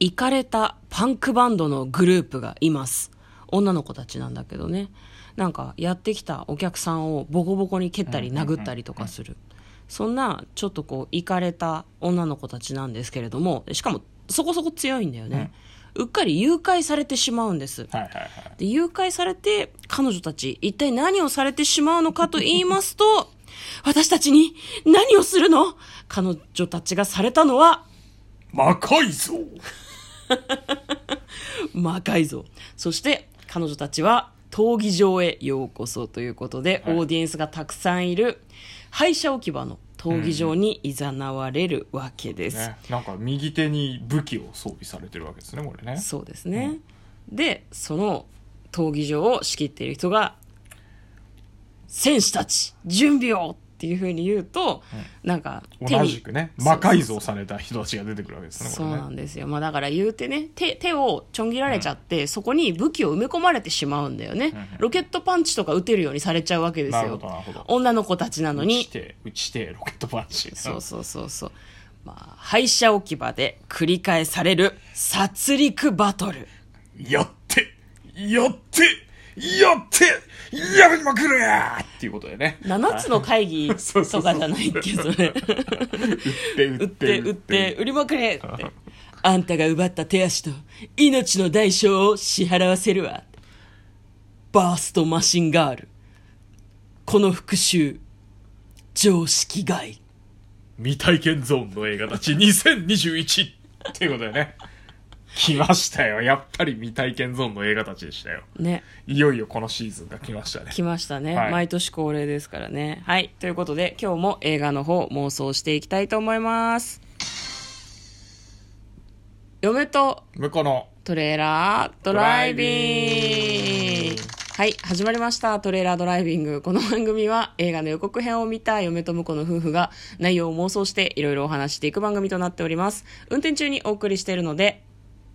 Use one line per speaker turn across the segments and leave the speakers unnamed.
イカれたパンクバンドのグループがいます。女の子たちなんだけどね。なんかやってきたお客さんをボコボコに蹴ったり
うんうんうん
殴ったりとかする。そんなちょっとこうイカれた女の子たちなんですけれども、しかもそこそこ強いんだよね。うっかり誘拐されてしまうんです。
はいはいはい。
で誘拐されて彼女たち一体何をされてしまうのかと言いますと私たちに何をするの彼女たちがされたのは
魔改造
魔改造そして彼女たちは闘技場へようこそということで、
はい
オーディエンスがたくさんいる廃車置き場の闘技場に誘われるわけです、
ね。なんか右手に武器を装備されてるわけですね、これね。
そうですね、でその闘技場を仕切っている人が「選手たち準備を!」っていうふうに言うと、なんか手
同
に
じくね、
そう
魔改造された人たちが出てくるわけですね、こ
そう
れね。
なんですよ、まあ、だから言うてね手手をちょん切られちゃって、そこに武器を埋め込まれてしまうんだよね、
うん
ロケットパンチとか打てるようにされちゃうわけです
なるほ
よ
ど、なるほど。
女の子たちなの
打
に
ちて、打ちて、ロケットパンチ。
そうそうそうそうまあ廃車置き場で繰り返される殺戮バトル
やってやってやってやめまくれっていうことでね。
7つの会議
そ
と
うそうそう
かじゃないっけそれ
で
売って売って売りまくれってあんたが奪った手足と命の代償を支払わせるわバーストマシンガールこの復讐常識外
未体験ゾーンの映画たち2021っていうことでね。来ましたよ。やっぱり未体験ゾーンの映画たちでしたよ。
ね
いよいよこのシーズンが来ましたね。
来ましたね、
はい
毎年恒例ですからねはいということで今日も映画の方妄想していきたいと思います嫁と
向こうの
トレーラードライビング
ドライビング
はい始まりましたトレーラードライビングこの番組は映画の予告編を見た嫁と婿の夫婦が内容を妄想していろいろお話していく番組となっております運転中にお送りしているので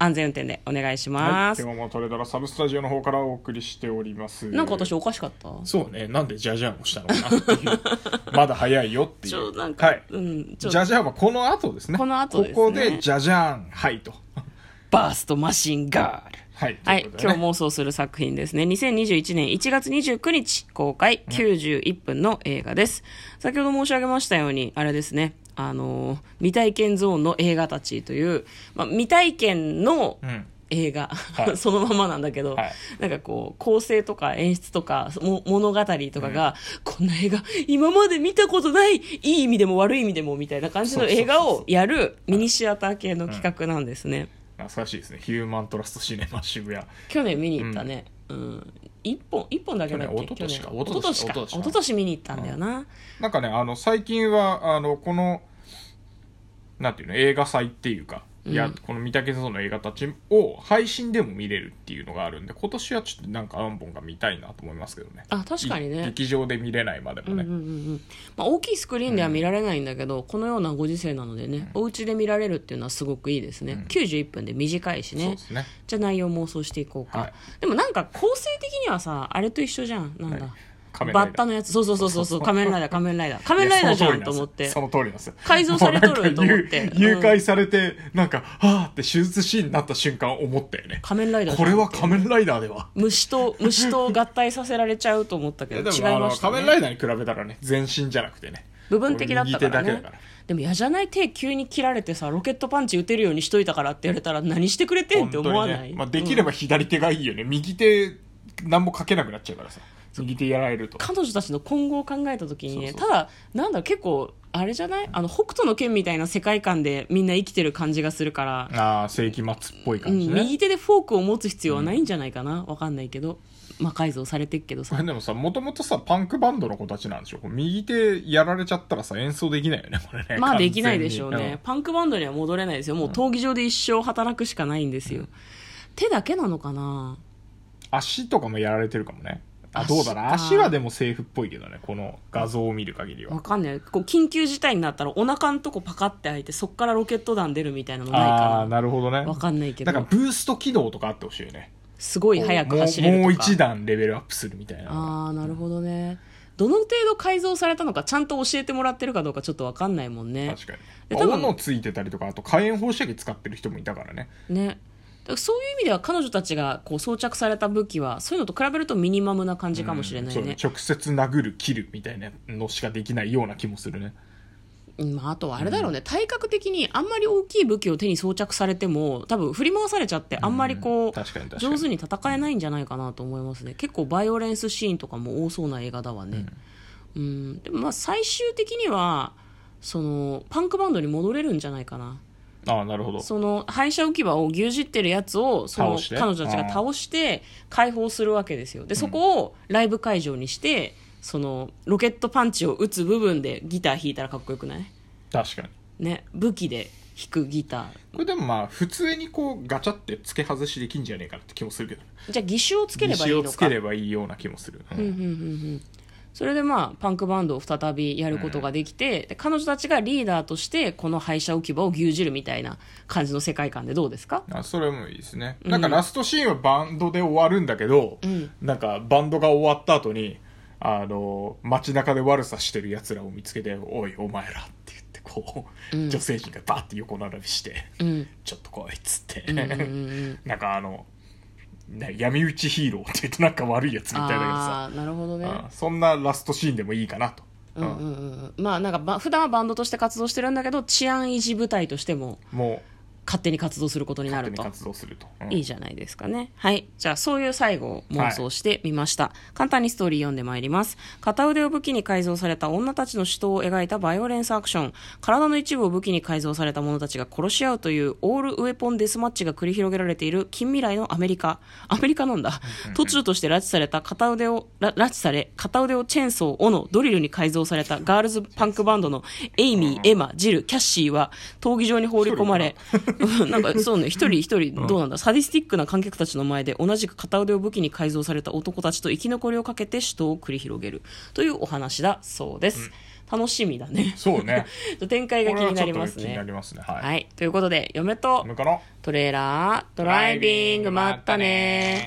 安全運転でお願いし
は
ま
い、
す、
手もトレドラサブスタジオの方からお送りしております。
なんか私おかしかった
そうね、なんでジャジャンをしたのかなっ ていう。まだ早いよっていう。
ちょなんか、
はい。
うんち
ジ
ょっと
ャジャンはこの後ですね。
この後ですね
ここでジャジャン、はいと。
バーストマシンガール
はい。
はい、
とうこと
今
でね
日妄想する作品ですね。2021年1月29日公開91分の映画です。先ほど申し上げましたように、あれですね、あのー未体験ゾーンの映画たちという、まあ、未体験の
うん。
映画、
は い
そのままなんだけど、
はい
なんかこう、構成とか演出とか、も物語とかが、こんな映画、今まで見たことない、いい意味でも悪い意味でもみたいな感じの映画をやるミニシアター系の企画なんですね。
懐かしいですね。ヒューマントラストシネマ渋谷。
去年見に行ったね、うん一本一本だけだっけ
去年一昨年か
去年
一昨年
一
か
昨年か一昨年見に行ったんだよな、
なんかね、あの、最近は、あの、この、なんていうの、映画祭っていうか、いや、この三宅さんの映画たちを配信でも見れるっていうのがあるんで、今年はちょっとなんかアンボンが見たいなと思いますけどね。
あ確かに
い
ね、
劇場で見れないまでもね。
うんうんうんまあ、大きいスクリーンでは見られないんだけど、このようなご時世なのでね、お家で見られるっていうのはすごくいいですね、91分で短いし
そう
ね
ですね。
じゃあ内容妄想していこうか、
はい
でもなんか構成的にはさあれと一緒じゃんなんだ、
仮面ラ
バ
イダー
ッタのやつそうそうそうそうそう仮面ライダー仮面ライダー仮面ライダーじゃんと思って
その通りなんですよ。
改造されとると思って
もう なんか
うん
誘誘拐されて、なんか、はーって手術シーンになった瞬間思ったよね。
仮面ライダーじ
こ
ゃん
れは仮面ライダーでは。
虫と虫と合体させられちゃうと思ったけど
で
違い
も、
ました、ね、
あの、仮面ライダーに比べたらね、全身じゃなくてね。
部分的だったからね
俺右手だけだから
でも嫌じゃない手急に切られてさロケットパンチ打てるようにしといたからって言われたら何してくれてんって思わ
本
な
当
い、
にねまあ、できれば左手がいいよね。右手、何も書けなくなっちゃうからさ。右手やられると。
彼女たちの今後を考えた時にね
そうそう
ただなんだろう結構あれじゃないあの北斗の拳みたいな世界観でみんな生きてる感じがするから、
ああ、世紀末っぽいう感じ
ん、
ね。
右手でフォークを持つ必要はないんじゃないかな、わかんないけど魔改造されてっけど
こ
さ
れでもさ、もともとさ、パンクバンドの子たちなんでしょこれ右手やられちゃったらさ、演奏できないよね、これね。
まあできないでしょう
完全に
ね。。パンクバンドには戻れないですよ。もう闘技場で一生働くしかないんですよ。手だけなのかな
足とかもやられてるかもねあ
足か
どうだろう足はでもセーフっぽいけどねこの画像を見る限りは
わかんない。こう緊急事態になったらお腹のとこパカって開いてそっからロケット弾出るみたいなのない
ああー
か
なるほどね
なわかんないけ
なんか
ど。
ブースト起動とかあってほしいよね
すごい速く走れるとか。
もうもう一段レベルアップするみたいな
ああ、なるほどね。どの程度改造されたのかちゃんと教えてもらってるかどうかちょっと分かんないもんね
確かに、
え
まあ
多分
斧ついてたりとかあと火炎放射器使ってる人もいたからね
ねだからそういう意味では彼女たちがこう装着された武器はそういうのと比べるとミニマムな感じかもしれない
うん
ね、
そう直接殴る切るみたいなのしかできないような気もするね
うんまあ、あとはあれだろうね、体格的にあんまり大きい武器を手に装着されても多分振り回されちゃってあんまり
う
こ
ん
う、
確かに確かに
上手に戦えないんじゃないかなと思いますね結構バイオレンスシーンとかも多そうな映画だわね、うん、でもまあ最終的にはそのパンクバンドに戻れるんじゃないかな
ああなるほど
その廃車置き場を牛耳ってるやつをその
倒して
彼女たちが倒して解放するわけですよでそこをライブ会場にしてそのロケットパンチを打つ部分でギター弾いたらかっこよくない
確かに
ね武器で弾くギタ
これでもまあ普通にこうガチャって付け外しできんじゃねえかなって気もするけど
ーじゃあ義手をつければい
石
い
を
の
つ
か
ければいいような気もする、うん
それでまあパンクバンドを再びやることができて、で彼女たちがリーダーとしてこの廃車置き場を牛耳るみたいな感じの世界観でどうですか
あそれもいいですねなんかラストシーンはバンドで終わるんだけど、なんかバンドが終わった後にあの街中で悪さしてるやつらを見つけて「おいお前ら」って言ってこう、女性陣がバーって横並びして「
ん
ちょっと来い」っつって、 なんかあのな闇討ちヒーローって言ってなんか悪いやつみたいだけどさ、
ああーなるほどね
うんそんなラストシーンでもいいかなと、
うんうんうんうんまあなんかば普段はバンドとして活動してるんだけど治安維持部隊としても
も
勝手に活動することに
う
な
勝
る
手に
と
活動すると、うん
いいじゃないですかね。はい。じゃあ、そういう最後を妄想してみました。簡単にストーリー読んでまいります。片腕を武器に改造された女たちの死闘を描いたバイオレンスアクション。体の一部を武器に改造された者たちが殺し合うというオールウェポンデスマッチが繰り広げられている近未来のアメリカ。アメリカなんだ。突如として拉致された片腕を、ら拉致され、片腕をチェーンソー、斧、ドリルに改造されたガールズパンクバンドのエイミー、エマ、ジル、キャッシーは闘技場に放り込まれ、うん なんかそうね、一人一人、どうなんだ、サディスティックな観客たちの前で、同じく片腕を武器に改造された男たちと生き残りをかけて死闘を繰り広げるというお話だそうです。楽しみだね。
そうね
展開が
こ
気
れは
に
ち
な
ょっ
り
と
ます
気にな
ね。
りますねはい、
はい。ということで、嫁と
向こうの
トレーラー、ドライビング、まったね